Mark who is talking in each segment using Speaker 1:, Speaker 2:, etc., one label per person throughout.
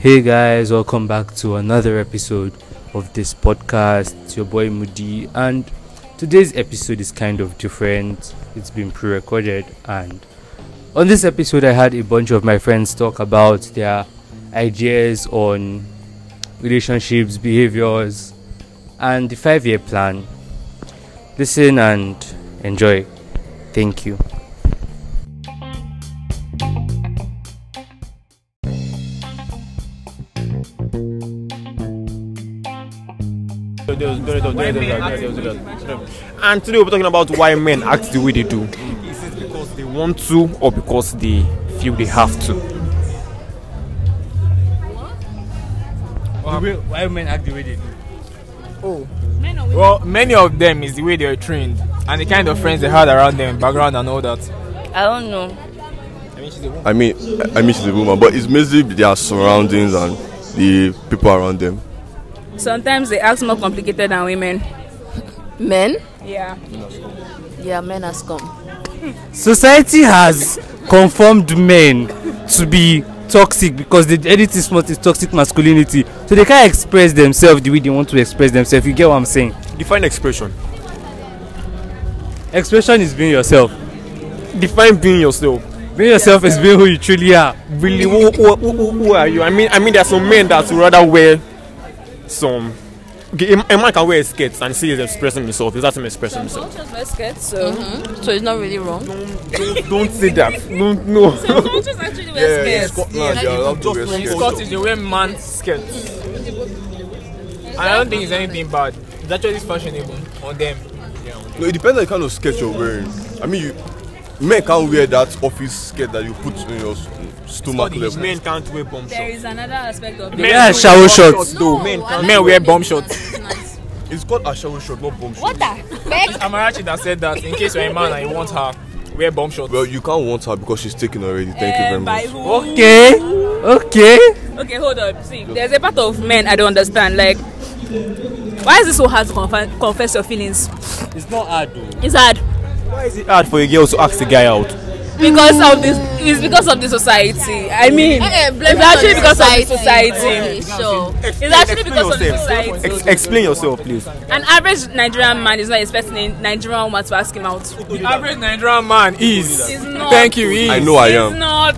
Speaker 1: Hey guys, welcome back to another episode of this podcast. It's your boy Moody, and today's episode is kind of different. It's been pre recorded, and on this episode, I had a bunch of my friends talk about their ideas on relationships, behaviors, and the five year plan. Listen and enjoy. Thank you.
Speaker 2: And today we're talking about why men act the way they do. Is it because they want to or because they feel they have to?
Speaker 1: Why men act the way they do?
Speaker 3: Well, many of them is the way they were trained and the kind of friends they had around them, background and all that.
Speaker 4: I don't know.
Speaker 5: I mean, I mean she's a woman, but it's mostly their surroundings and the people around them.
Speaker 6: Sometimes they act more complicated than women.
Speaker 4: Men?
Speaker 6: Yeah.
Speaker 4: Yeah, men has come.
Speaker 1: society has confirmed men to be toxic because they anything small is toxic masculinity so they can't express themselves the way they want to express themselves you get what i'm saying
Speaker 2: Define expression.
Speaker 1: expression is being yourself
Speaker 2: Define being yourself.
Speaker 1: being yourself is being who you truly are
Speaker 2: Really, who, who, who, who- who are you? I mean, I mean, there are some men that would rather wear some. Okay, a a man can wear a skirt and see he's expressing himself. Is that him expressing himself?
Speaker 6: Cultures wear skirts, so
Speaker 4: So it's not really wrong.
Speaker 2: Don't say that. No, no.
Speaker 6: cultures actually wear skirts.
Speaker 5: Scotland, they are allowed to wear
Speaker 3: In
Speaker 5: skirts.
Speaker 3: Scottish, they wear man skirts. And I don't think it's anything bad. It's actually fashionable on them.
Speaker 5: No, it depends on the kind of skirt you're wearing. I mean, you, men can't wear that office skirt that you put on your s- stomach
Speaker 2: Scottish
Speaker 5: level.
Speaker 2: men can't wear bomb
Speaker 6: There
Speaker 2: shorts.
Speaker 6: is another aspect of
Speaker 1: Men
Speaker 6: it.
Speaker 1: are shower shots.
Speaker 2: though. Men can't.
Speaker 3: Men wear bomb shorts.
Speaker 5: It's called a shower shot, not bomb shot.
Speaker 3: Amarachi that said that in case you're a man and you want her, wear bomb shorts.
Speaker 5: Well, you can't want her because she's taken already. Thank you very
Speaker 6: Eh, By
Speaker 5: much.
Speaker 6: who?
Speaker 1: okay okay
Speaker 6: Okay, hold up. See, there's a part of men I don't understand. Like, why is it so hard to conf- confess your feelings?
Speaker 1: it's not hard though
Speaker 6: It's hard
Speaker 2: Why is it hard for a girl to ask a guy out?
Speaker 6: because of this. It's because of the society. I mean,
Speaker 4: Eh,
Speaker 6: it's actually because of the society.
Speaker 4: Sure.
Speaker 6: It's actually
Speaker 2: Explain
Speaker 6: because of the
Speaker 2: yourself.
Speaker 6: society.
Speaker 2: Ex- explain yourself, please.
Speaker 6: An average Nigerian man is not expecting a Nigerian woman to ask him out.
Speaker 3: The average Nigerian man is.
Speaker 6: It's not.
Speaker 3: Thank you, he
Speaker 5: I
Speaker 3: is.
Speaker 5: know I
Speaker 6: It's
Speaker 5: am.
Speaker 6: not.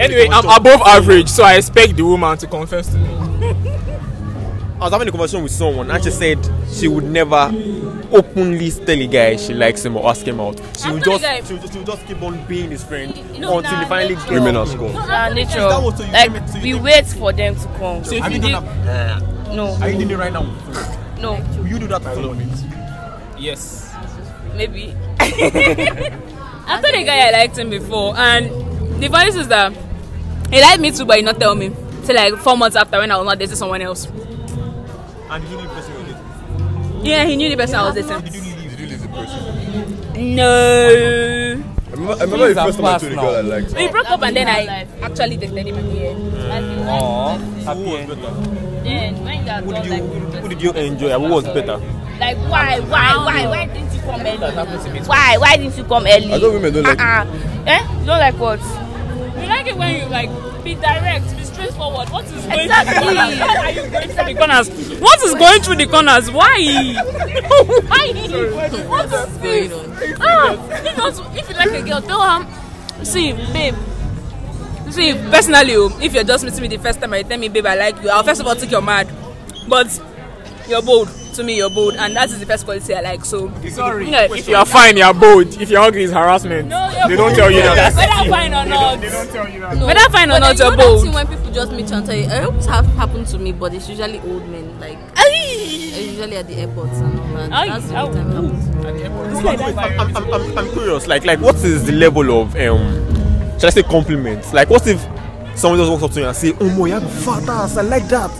Speaker 3: Anyway, I'm above average, so I expect the woman to confess to me.
Speaker 2: I was having a conversation with someone and she said she would never openly tell a guy she likes him or ask him out. She would
Speaker 6: After the
Speaker 2: just,
Speaker 6: guy-
Speaker 2: she would just, she would just keep on being his friend
Speaker 6: No,
Speaker 2: until
Speaker 6: nah,
Speaker 2: he finally gets.
Speaker 5: Women are scorned.
Speaker 4: Our nature. Like we wait for them to come. So if you did,
Speaker 2: Are
Speaker 4: no,
Speaker 2: you doing it right now?
Speaker 4: no,
Speaker 2: Will you do that to someone?
Speaker 3: Yes.
Speaker 6: maybe. I told the guy I liked him before, and the voice is that he liked me too, but he not tell me. Till like four months after when I was not dating someone else.
Speaker 2: And you leave the person you
Speaker 6: Yeah, he knew the person I was dating.
Speaker 5: Did you leave the person?
Speaker 6: No,
Speaker 5: I remember, I remember the first time I told a girl I liked
Speaker 2: Oh,
Speaker 6: we broke up, and then I actually dated him again.
Speaker 2: dated.
Speaker 4: Then when that
Speaker 2: Who did you, who did you enjoy? Who was better?
Speaker 4: like why, why, why, why didn't you come early? Why, why didn't you come early?
Speaker 5: I thought women don't
Speaker 6: Ah,
Speaker 5: like
Speaker 4: Uh-uh. Eh? You Don't like what?
Speaker 6: You like it when you like be direct, be straightforward. What is going
Speaker 4: Exactly.
Speaker 6: Why are you going through the corners? What is going through the corners? Why? Why? What is this? Ah, if you, want to, if you like a girl, tell her. See, babe. See, personally, oh, if you're just meeting me the first time and you tell me, babe, I like you, I'll first of all think you're mad. But you're bold. To me, you're bold, and that is the first quality I like. So,
Speaker 3: Sorry.
Speaker 6: Yeah,
Speaker 3: if you are fine, you are bold. If you're ugly, it's harassment. they don't tell you that.
Speaker 6: Whether fine or not.
Speaker 3: tell you that.
Speaker 4: No.
Speaker 6: Whether fine
Speaker 4: But
Speaker 6: or not,
Speaker 4: then know
Speaker 6: you're
Speaker 4: that
Speaker 6: bold.
Speaker 4: thing when people just meet you and tell you, eh, what have happened to me? But it's usually old men, like eh, usually at the airports and all that.
Speaker 6: Aye,
Speaker 4: That's the
Speaker 6: ow.
Speaker 4: only time it happens. to me.
Speaker 2: I'm, I'm, I'm, I'm curious. Like, like, what is the level of um? Should I say compliments? Like, what if someone just walks up to you and say, "Oh my, you have fat ass. I like that."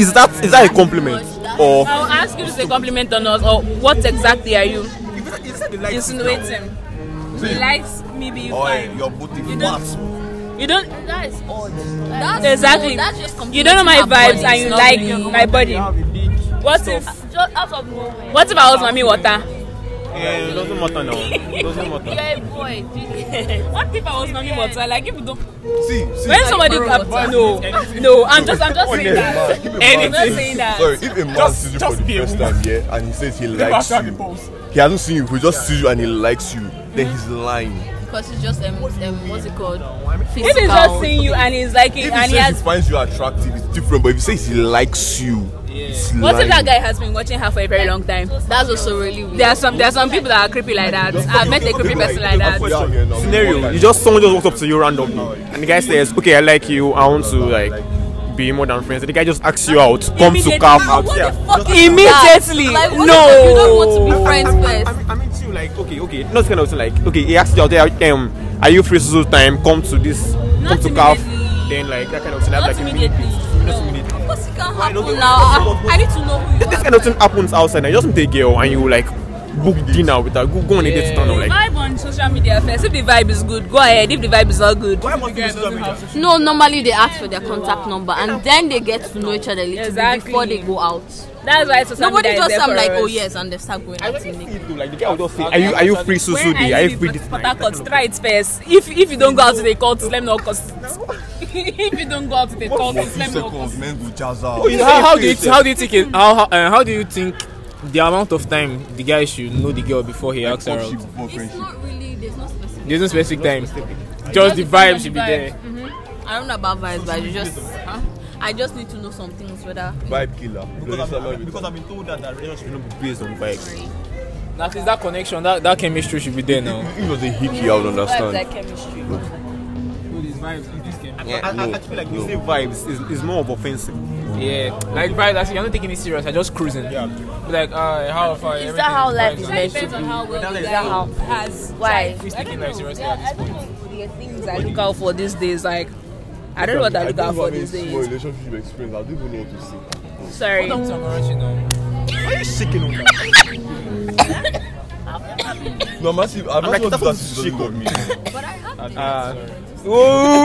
Speaker 2: Is that is that a compliment or?
Speaker 6: I'll ask you to say compliment on us or what exactly are you insinuating? He likes me being fine.
Speaker 5: your booty
Speaker 6: ah. You don't- You don't
Speaker 4: That is odd.
Speaker 6: Exactly.
Speaker 4: That's just
Speaker 6: you don't know my
Speaker 4: completing our
Speaker 6: vibes
Speaker 4: bodies,
Speaker 6: and you
Speaker 4: not
Speaker 6: like
Speaker 4: really-
Speaker 6: my body. What if
Speaker 4: Just out of nowhere.
Speaker 6: what if I was mommy water?
Speaker 2: Yeah, it doesn't matter now. It doesn't matter.
Speaker 6: Yeah, boy. what if I was Mami Water? Like, if you don't.
Speaker 5: See, see.
Speaker 6: When somebody. No, no, I'm just, I'm just saying that.
Speaker 5: If a
Speaker 6: I'm
Speaker 5: man
Speaker 6: not
Speaker 5: sees-
Speaker 6: saying that.
Speaker 5: Sorry, if a man
Speaker 3: Just-
Speaker 5: sees you
Speaker 3: just
Speaker 5: for
Speaker 3: be
Speaker 5: the
Speaker 3: a
Speaker 5: first
Speaker 3: woman.
Speaker 5: time, yeah, and he says he likes
Speaker 3: answer the
Speaker 5: you,
Speaker 3: polls.
Speaker 5: he hasn't seen you. He just sees you and he likes you. Then he's lying.
Speaker 4: Because it's just um, um what's it called?
Speaker 6: If he's just seeing you and he's like,
Speaker 5: If
Speaker 6: it,
Speaker 5: he
Speaker 6: and
Speaker 5: says
Speaker 6: he
Speaker 5: he
Speaker 6: has.
Speaker 5: finds you attractive, it's different. But if he says he likes you, it's lying.
Speaker 6: What if that guy has been watching her for a very long time?
Speaker 4: That's also really weird.
Speaker 6: There are some, there are some people that are creepy like that. I've met a creepy person like that.
Speaker 5: Yeah, yeah, no,
Speaker 2: Scenario: You just someone just walks up to you randomly, and the guy says, "Okay, I like you. I want to like be more than friends." And the guy just asks you out, comes to
Speaker 6: Immediately.
Speaker 2: camp
Speaker 6: Ah,
Speaker 2: out.
Speaker 6: what
Speaker 2: Yeah.
Speaker 6: the fuck is Immediately.
Speaker 4: Like, what if you don't want
Speaker 6: no.
Speaker 4: to be friends first?
Speaker 2: I mean, too, like, okay, okay, not kind of thing, like, okay, he asked you out there, um, are you free so time? Come to this,
Speaker 6: Not
Speaker 2: come to calf,
Speaker 6: immediately.
Speaker 2: then like that kind of thing. that's like
Speaker 6: Not
Speaker 2: a
Speaker 6: immediately.
Speaker 2: meeting. Not
Speaker 6: No.
Speaker 2: immediately.
Speaker 4: Of course it can
Speaker 2: Why
Speaker 4: happen
Speaker 2: don't
Speaker 4: now. Ah,
Speaker 2: you-
Speaker 4: I, I need to know who you
Speaker 2: This
Speaker 4: are.
Speaker 2: kind of thing happens outside. Now you just meet a girl and you like book dinner with her, go, go on a date to turn on, like.
Speaker 6: vibe on social media first. If the vibe is good, go ahead. If the vibe is not good,
Speaker 2: Why must you use social media?
Speaker 4: No, normally they ask for their contact number and then they get to know each other a little bit
Speaker 6: Exactly.
Speaker 4: before they go out.
Speaker 6: that's why social
Speaker 4: Nobody
Speaker 6: media
Speaker 4: just
Speaker 6: is there
Speaker 4: am
Speaker 6: for
Speaker 4: like,
Speaker 6: us.
Speaker 4: oh yes, and they start going
Speaker 2: I
Speaker 4: out
Speaker 2: don't see
Speaker 4: in
Speaker 2: it though. Like the guy will just say, "Are you are you free so so
Speaker 6: When
Speaker 2: day?
Speaker 6: I
Speaker 2: Are you
Speaker 6: leave
Speaker 2: free
Speaker 6: Port-
Speaker 2: this
Speaker 6: Port
Speaker 2: night?"
Speaker 6: Harcourt, try it first. If if you don't go out to the court, let me not cause it. if you don't go out to the court,
Speaker 5: For
Speaker 6: let
Speaker 5: two
Speaker 6: me not cause
Speaker 5: seconds,
Speaker 6: it.
Speaker 5: men go jazz out.
Speaker 2: Oh, you
Speaker 3: how, how
Speaker 2: say
Speaker 3: do you
Speaker 2: it
Speaker 3: how do you think it, how how, uh, how do you think the amount of time the guy should know the girl before he asks her
Speaker 5: Fuck shit
Speaker 3: out?
Speaker 5: before
Speaker 4: It's
Speaker 5: friendship.
Speaker 4: not really. There's no specific.
Speaker 3: There's no specific time. Just the vibe should be there.
Speaker 4: I don't know about vibes, but you just. I just need to know some things whether.
Speaker 5: Vibe killer.
Speaker 2: Because
Speaker 5: Because
Speaker 2: I've, because I've been told that that relationship will not be based on vibes.
Speaker 3: That is that connection, that, that chemistry should be there now.
Speaker 5: If it was a hickey, I would
Speaker 6: Vibes
Speaker 5: understand.
Speaker 6: like chemistry.
Speaker 2: I, I, I feel like you say vibes is, is more of offensive.
Speaker 3: Yeah, like vibes. Actually, I'm not taking it serious. I just cruising. Yeah. Like, uh, how far?
Speaker 7: Is that how life is meant to
Speaker 6: Depends on
Speaker 7: be?
Speaker 6: how well the
Speaker 2: Is
Speaker 6: guy
Speaker 2: that how-
Speaker 6: has.
Speaker 7: Why?
Speaker 3: He's taking life seriously at
Speaker 6: I
Speaker 3: this
Speaker 6: don't
Speaker 3: point.
Speaker 6: know the things I look out for these days. Like, I don't know what I look out for these
Speaker 5: Small
Speaker 6: days.
Speaker 5: relationship experience. I don't even know what to say.
Speaker 6: Sorry.
Speaker 3: Talk to Amarachi now.
Speaker 5: No, massive. I'm
Speaker 2: like,
Speaker 5: not
Speaker 2: that
Speaker 5: sure
Speaker 2: was
Speaker 5: that's shake on me.
Speaker 1: Oh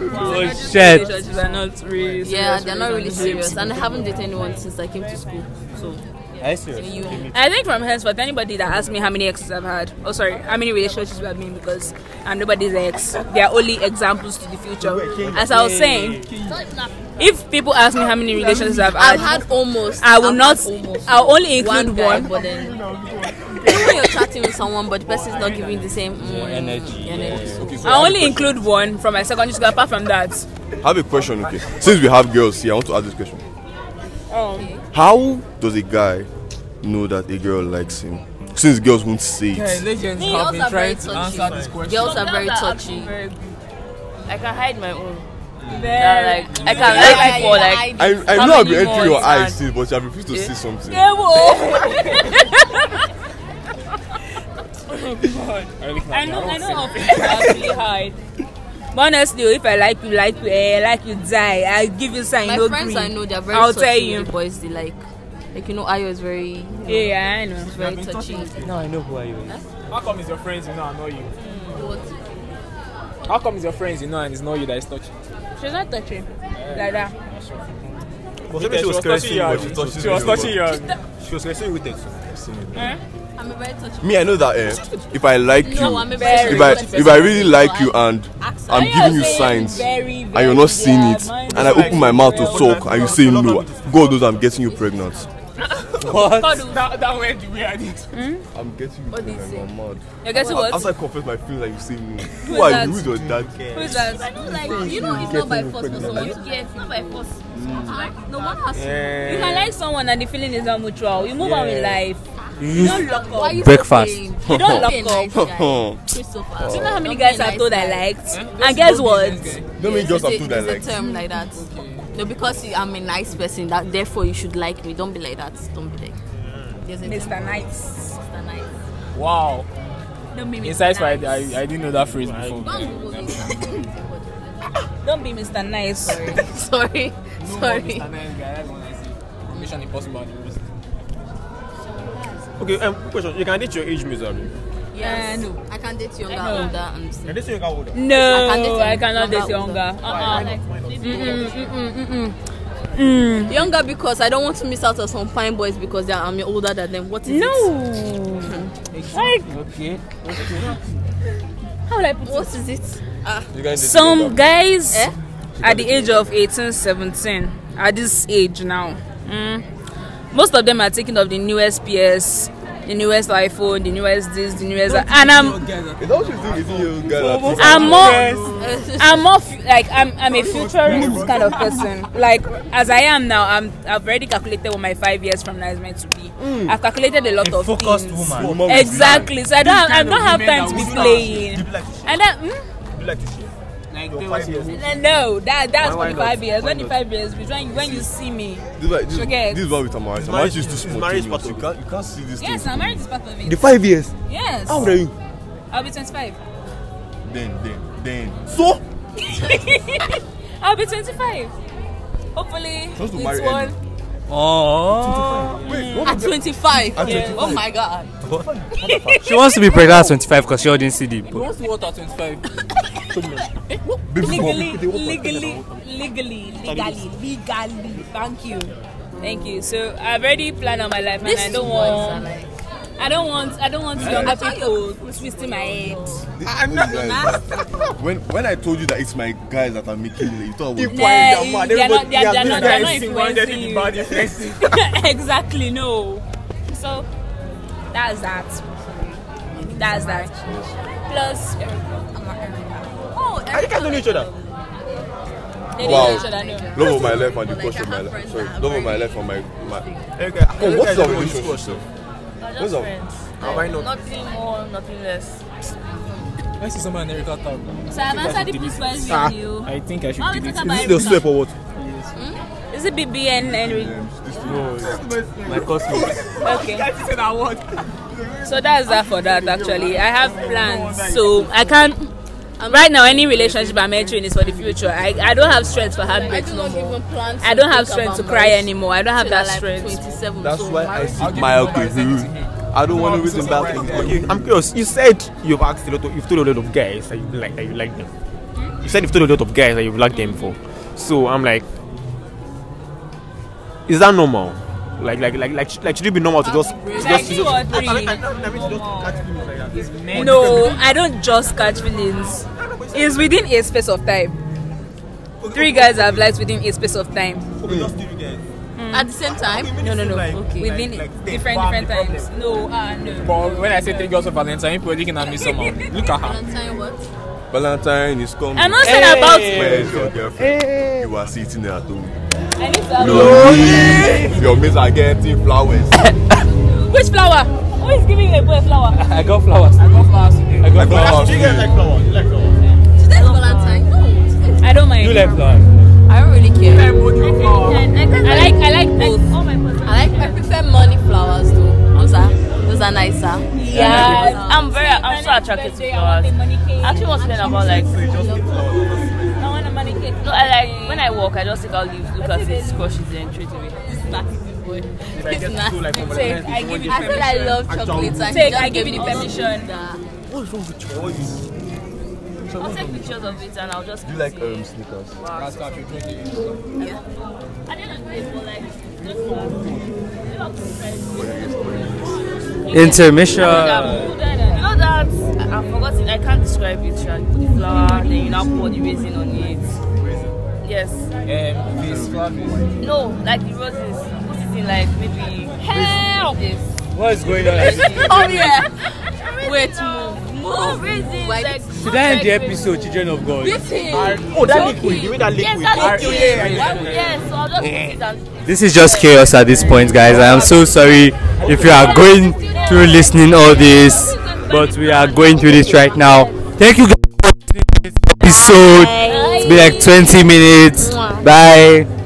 Speaker 6: Relationships
Speaker 1: shit.
Speaker 6: are not really
Speaker 4: Yeah,
Speaker 6: serious
Speaker 4: they're not really
Speaker 6: relationships.
Speaker 4: serious, and I haven't dated anyone since I came to school. So
Speaker 2: Are you serious?
Speaker 4: you,
Speaker 6: I think from henceforth, anybody that asks me how many exes I've had, oh sorry, how many relationships I've been, because I'm nobody's ex. They are only examples to the future. As I was saying, if people ask me how many relationships I've
Speaker 4: I've
Speaker 6: had,
Speaker 4: had almost.
Speaker 6: I will
Speaker 4: I've
Speaker 6: not.
Speaker 4: had Almost.
Speaker 6: I'll only include
Speaker 4: guy,
Speaker 6: one.
Speaker 4: but then when you're chatting with someone, but the person is not giving the same mm, energy. so-
Speaker 6: I only include one from my secondary school. Apart from that,
Speaker 5: I have a question, okay? Since we have girls here, I want to ask this question.
Speaker 6: um,
Speaker 5: How does a guy know that a girl likes him? Since girls won't say
Speaker 3: Hey,
Speaker 5: it.
Speaker 3: legends
Speaker 4: Girls
Speaker 3: have been
Speaker 4: are very
Speaker 3: trying to answer
Speaker 4: touchy.
Speaker 3: this question.
Speaker 4: Girls are very touchy.
Speaker 7: I can hide my own. That,
Speaker 6: very-
Speaker 7: like I can like people like
Speaker 5: I, I
Speaker 7: How
Speaker 5: know I've
Speaker 7: many
Speaker 5: been entering your
Speaker 7: months
Speaker 5: eyes
Speaker 7: and-
Speaker 5: still, but I've refused to say something.
Speaker 6: They will. I know, I know of people that actually hide. But honestly, oh, if I like you, like you, eh, like you die, I give you sign.
Speaker 4: My
Speaker 6: no
Speaker 4: friends
Speaker 6: gree.
Speaker 4: I know they're very
Speaker 6: I'll
Speaker 4: touchy
Speaker 6: tell
Speaker 4: with
Speaker 6: you.
Speaker 4: the boys they like. Like you know, Ayo is very you know,
Speaker 6: Yeah, I know.
Speaker 4: very touchy.
Speaker 1: Now I know who I am.
Speaker 3: How come it's your friends you know and not you?
Speaker 4: What?
Speaker 3: How come it's your friends you know and it's not you that is touching?
Speaker 6: She's not touching like that.
Speaker 2: But maybe she was caressing you.
Speaker 5: She was
Speaker 2: but
Speaker 5: touching
Speaker 2: She was
Speaker 5: you, but-
Speaker 2: touching you. She was caressing you with it.
Speaker 4: I'm a very touchy.
Speaker 5: Me, I know that eh, if I like you,
Speaker 4: No, I'm a very
Speaker 5: if I
Speaker 4: touchy
Speaker 5: if I
Speaker 4: person.
Speaker 5: really like you and
Speaker 4: Ask-
Speaker 5: I'm
Speaker 4: Ayo
Speaker 5: giving you
Speaker 6: saying
Speaker 5: signs
Speaker 6: very,
Speaker 5: and
Speaker 6: very
Speaker 5: you're not seeing
Speaker 6: yeah,
Speaker 5: it,
Speaker 6: mine
Speaker 5: and I
Speaker 6: is
Speaker 5: open my mouth to
Speaker 6: like-
Speaker 5: talk and you say no, God knows I'm getting you pregnant.
Speaker 3: That, that went the way I did.
Speaker 5: I'm getting you
Speaker 6: did you
Speaker 5: pregnant.
Speaker 6: say?
Speaker 5: I'm mad.
Speaker 6: You guess what?
Speaker 5: After I confess my feelings, like you say no.
Speaker 6: is
Speaker 5: Who are
Speaker 6: that?
Speaker 5: you? Who's your dad?
Speaker 6: Who is that?
Speaker 4: Like you know, it's not by force for someone. to-
Speaker 7: yeah, it's not by force.
Speaker 4: No one has.
Speaker 6: You can like someone and the feeling is not mutual. You move on with life. You don't lock up.
Speaker 4: Why you
Speaker 1: Breakfast.
Speaker 4: So
Speaker 6: You
Speaker 4: vain? Be
Speaker 6: don't
Speaker 4: a
Speaker 6: lock up.
Speaker 4: nice guy,
Speaker 5: Hmm.
Speaker 4: Christopher.
Speaker 6: Do you know how many guys I told I liked? And guess
Speaker 3: Let's go
Speaker 6: what?
Speaker 3: business guy.
Speaker 5: Don't make girls
Speaker 4: It's
Speaker 5: are
Speaker 4: a,
Speaker 5: too that like.
Speaker 4: it's a term like that. No, because you- I'm a nice person, that therefore you should like me. Don't be like that. Don't be like. There's a
Speaker 6: Mr. Nice.
Speaker 4: Mr. Nice.
Speaker 3: Wow.
Speaker 4: Don't be Mr.
Speaker 3: Insights, I,
Speaker 4: Nice.
Speaker 3: I, I didn't know that phrase before.
Speaker 4: Don't Google it.
Speaker 6: Don't be Mr. Nice.
Speaker 4: Sorry. Sorry.
Speaker 3: Mission impossible.
Speaker 2: Okay, um, question. You can date your age mates, Abi.
Speaker 4: Yes. no. I can date younger,
Speaker 6: know.
Speaker 4: older, and
Speaker 2: Can date younger older.
Speaker 6: Uh, No,
Speaker 4: I can date
Speaker 6: I cannot date
Speaker 4: younger
Speaker 6: younger. Uh-uh.
Speaker 4: younger because I don't want to miss out on some fine boys because they are, I'm older than them. What is it?
Speaker 6: No. Like,
Speaker 1: Okay.
Speaker 6: how will I put it?
Speaker 4: What is it?
Speaker 5: You guys did
Speaker 6: Some
Speaker 5: that.
Speaker 6: guys
Speaker 4: Eh?
Speaker 6: at the age of 18, 17, at this age now, mm, most of them are taking up the newest PS, the newest iPhone, the newest this, the newest that. And I'm
Speaker 5: Is that what you think? Is it you guys that
Speaker 6: I'm more, I'm more f- like I'm, I'm a futurist kind of person. Like as I am now, I'm, I've already calculated what my five years from now is meant to be. I've calculated a lot
Speaker 8: A
Speaker 6: of
Speaker 8: focused
Speaker 6: things.
Speaker 8: woman.
Speaker 5: Woman will be
Speaker 6: Exactly. So I don't, have, I don't have
Speaker 3: women
Speaker 6: time to
Speaker 3: that
Speaker 6: be
Speaker 3: will
Speaker 6: playing.
Speaker 8: People like to share.
Speaker 6: And that, mm,
Speaker 8: People like to share.
Speaker 3: Like, they were-
Speaker 6: No, no, that that's
Speaker 2: Why- why
Speaker 6: for the five
Speaker 2: not?
Speaker 6: years.
Speaker 2: Why
Speaker 6: When the five years, which when when you see me,
Speaker 5: This is like this,
Speaker 6: Okay.
Speaker 5: this is what with Tamari. Tamari
Speaker 8: marriage-
Speaker 5: is too
Speaker 8: is
Speaker 5: small.
Speaker 8: marriage
Speaker 5: You
Speaker 8: part of it?
Speaker 5: can't you can't see this
Speaker 6: yes,
Speaker 5: thing.
Speaker 6: I'm married is part of
Speaker 2: The
Speaker 6: it.
Speaker 2: five years.
Speaker 6: Yes,
Speaker 5: How old are you?
Speaker 6: I'll be 25.
Speaker 5: Then then then.
Speaker 2: So
Speaker 6: I'll be 25. Hopefully,
Speaker 5: Supposed to
Speaker 6: it's
Speaker 5: marry
Speaker 6: one.
Speaker 8: Oh.
Speaker 5: Wait, what
Speaker 4: At 25.
Speaker 5: At
Speaker 4: Yeah. Oh
Speaker 5: 25.
Speaker 4: my god.
Speaker 1: She wants to be pregnant at 25 because she already see the book.
Speaker 3: What's the water 25?
Speaker 6: Legally, legally, legally, legally, legally. Thank you, thank you. So I've already planned on my life, and I don't want,
Speaker 4: like,
Speaker 6: I don't want, I don't want younger people twisting my head.
Speaker 5: I'm not When when I told you that it's my guys that are making it, you thought I was
Speaker 6: Nah, you- they are not, they are, they are not, they are
Speaker 3: These
Speaker 6: not
Speaker 3: guys single-handedly
Speaker 6: influencing you.
Speaker 3: bad influencing.
Speaker 6: exactly no so that's that that's that plus
Speaker 4: oh,
Speaker 8: Are you guys know each other?
Speaker 6: they didn't
Speaker 5: Wow.
Speaker 6: know each other no
Speaker 5: love of my life and the
Speaker 4: Like,
Speaker 5: crush of
Speaker 4: I
Speaker 5: my
Speaker 4: have
Speaker 5: life.
Speaker 4: friends
Speaker 5: Sorry,
Speaker 4: that are
Speaker 5: love of my
Speaker 4: married.
Speaker 5: life and my my.
Speaker 8: Okay.
Speaker 5: Oh, what's
Speaker 8: the
Speaker 5: your relationship? sir?
Speaker 7: Or
Speaker 5: What's
Speaker 7: just
Speaker 5: up?
Speaker 7: friends.
Speaker 3: Ah, why not?
Speaker 7: Nothing more, nothing less.
Speaker 8: Let's see someone in Erica talk.
Speaker 6: so I've answered the first
Speaker 3: Ah,
Speaker 6: question with you
Speaker 8: I think I should
Speaker 6: Now we
Speaker 8: delete it.
Speaker 6: talk about
Speaker 5: Is it the
Speaker 6: everything.
Speaker 5: step or what?
Speaker 6: is it BBN
Speaker 5: Um, this thing.
Speaker 2: my cosmos.
Speaker 6: okay so that's that for that actually I have plans so I can't um, right now any relationship I'm entering is for the future I, I don't have strength for
Speaker 4: I
Speaker 6: heartbreaks
Speaker 4: do
Speaker 6: no
Speaker 4: not
Speaker 6: more
Speaker 4: even plan.
Speaker 6: I don't have
Speaker 4: think
Speaker 6: strength to
Speaker 4: about
Speaker 6: cry
Speaker 4: marriage
Speaker 6: anymore I don't have
Speaker 4: till I'm
Speaker 6: that
Speaker 4: like
Speaker 6: strength
Speaker 4: 27,
Speaker 5: That's
Speaker 4: so
Speaker 5: why I
Speaker 4: marriage-
Speaker 5: see my alcohol. I don't want to reason back.
Speaker 2: Okay, I'm curious. You said you've asked a lot. Of, you've told a lot of guys that you like that you like them. You said you've told a lot of guys that you've liked them for. So I'm like, is that normal? Like, like, like, like, sh- like should it be normal to just? to
Speaker 6: like
Speaker 2: just, to
Speaker 6: two
Speaker 2: just
Speaker 6: or three
Speaker 3: Men.
Speaker 6: No, I don't just catch feelings. It's within a space of time. Three guys I've liked within a space of time.
Speaker 4: At the same time,
Speaker 6: No, no, no.
Speaker 4: Okay.
Speaker 6: Within
Speaker 8: Like- like
Speaker 6: different
Speaker 3: Bam,
Speaker 6: different
Speaker 3: the
Speaker 6: times. No, ah, no.
Speaker 3: But when I say three girls for Valentine, people are looking at me somehow. Look at her.
Speaker 4: Valentine what?
Speaker 5: Valentine is coming.
Speaker 6: I'm not saying about.
Speaker 5: Where is your girlfriend? You are sitting there at home.
Speaker 6: I need to have
Speaker 5: Lonely. Your mates are getting flowers.
Speaker 6: Which flower? Who is giving a boy flower?
Speaker 1: I got flowers.
Speaker 3: I got flowers today.
Speaker 1: I got
Speaker 5: Flowers.
Speaker 8: Do you guys like flowers? You like flowers?
Speaker 4: Today's Valentine. No. today's-
Speaker 6: I don't mind.
Speaker 1: You left flowers.
Speaker 4: I don't really care.
Speaker 6: I like I like both.
Speaker 4: I like. I prefer money flowers though. Those are those are nicer.
Speaker 6: Yeah.
Speaker 7: I'm very, I'm so attracted to flowers. I actually want to learn about like,
Speaker 6: I want a money cake.
Speaker 7: no, I like when I walk, I just take out leaves, look at it, squash it, then throw it away.
Speaker 4: It's nasty.
Speaker 6: Take. I give you
Speaker 4: I said I
Speaker 6: permission.
Speaker 4: love chocolates. and
Speaker 6: Take.
Speaker 4: just
Speaker 6: I give you
Speaker 4: gave
Speaker 6: the
Speaker 4: me all
Speaker 6: permission.
Speaker 4: that.
Speaker 7: I'll take pictures of it and I'll just.
Speaker 5: You like um sneakers?
Speaker 7: I didn't agree, but like, just flowers.
Speaker 1: Intermission.
Speaker 7: You know that I- I've forgotten. I can't describe it. You put the flower, then you now pour the raisin on it. Yes.
Speaker 3: Um, this flower.
Speaker 7: No, like the roses. Put it in like maybe. Help. This.
Speaker 1: What is going on?
Speaker 4: Oh yeah. Wait, move.
Speaker 7: Oh, raisin.
Speaker 4: Like-
Speaker 7: Like.
Speaker 1: Should I end the episode, children of God?
Speaker 4: Beat him.
Speaker 2: Oh, that liquid. You mean that
Speaker 7: Yes,
Speaker 2: liquid?
Speaker 7: that's it. Yes, so I'll just put it and.
Speaker 1: This is just chaos at this point, guys. I am so sorry if you are going through listening all this, but we are going through this right now. Thank you guys for listening to this episode. It's been like 20 minutes. Bye.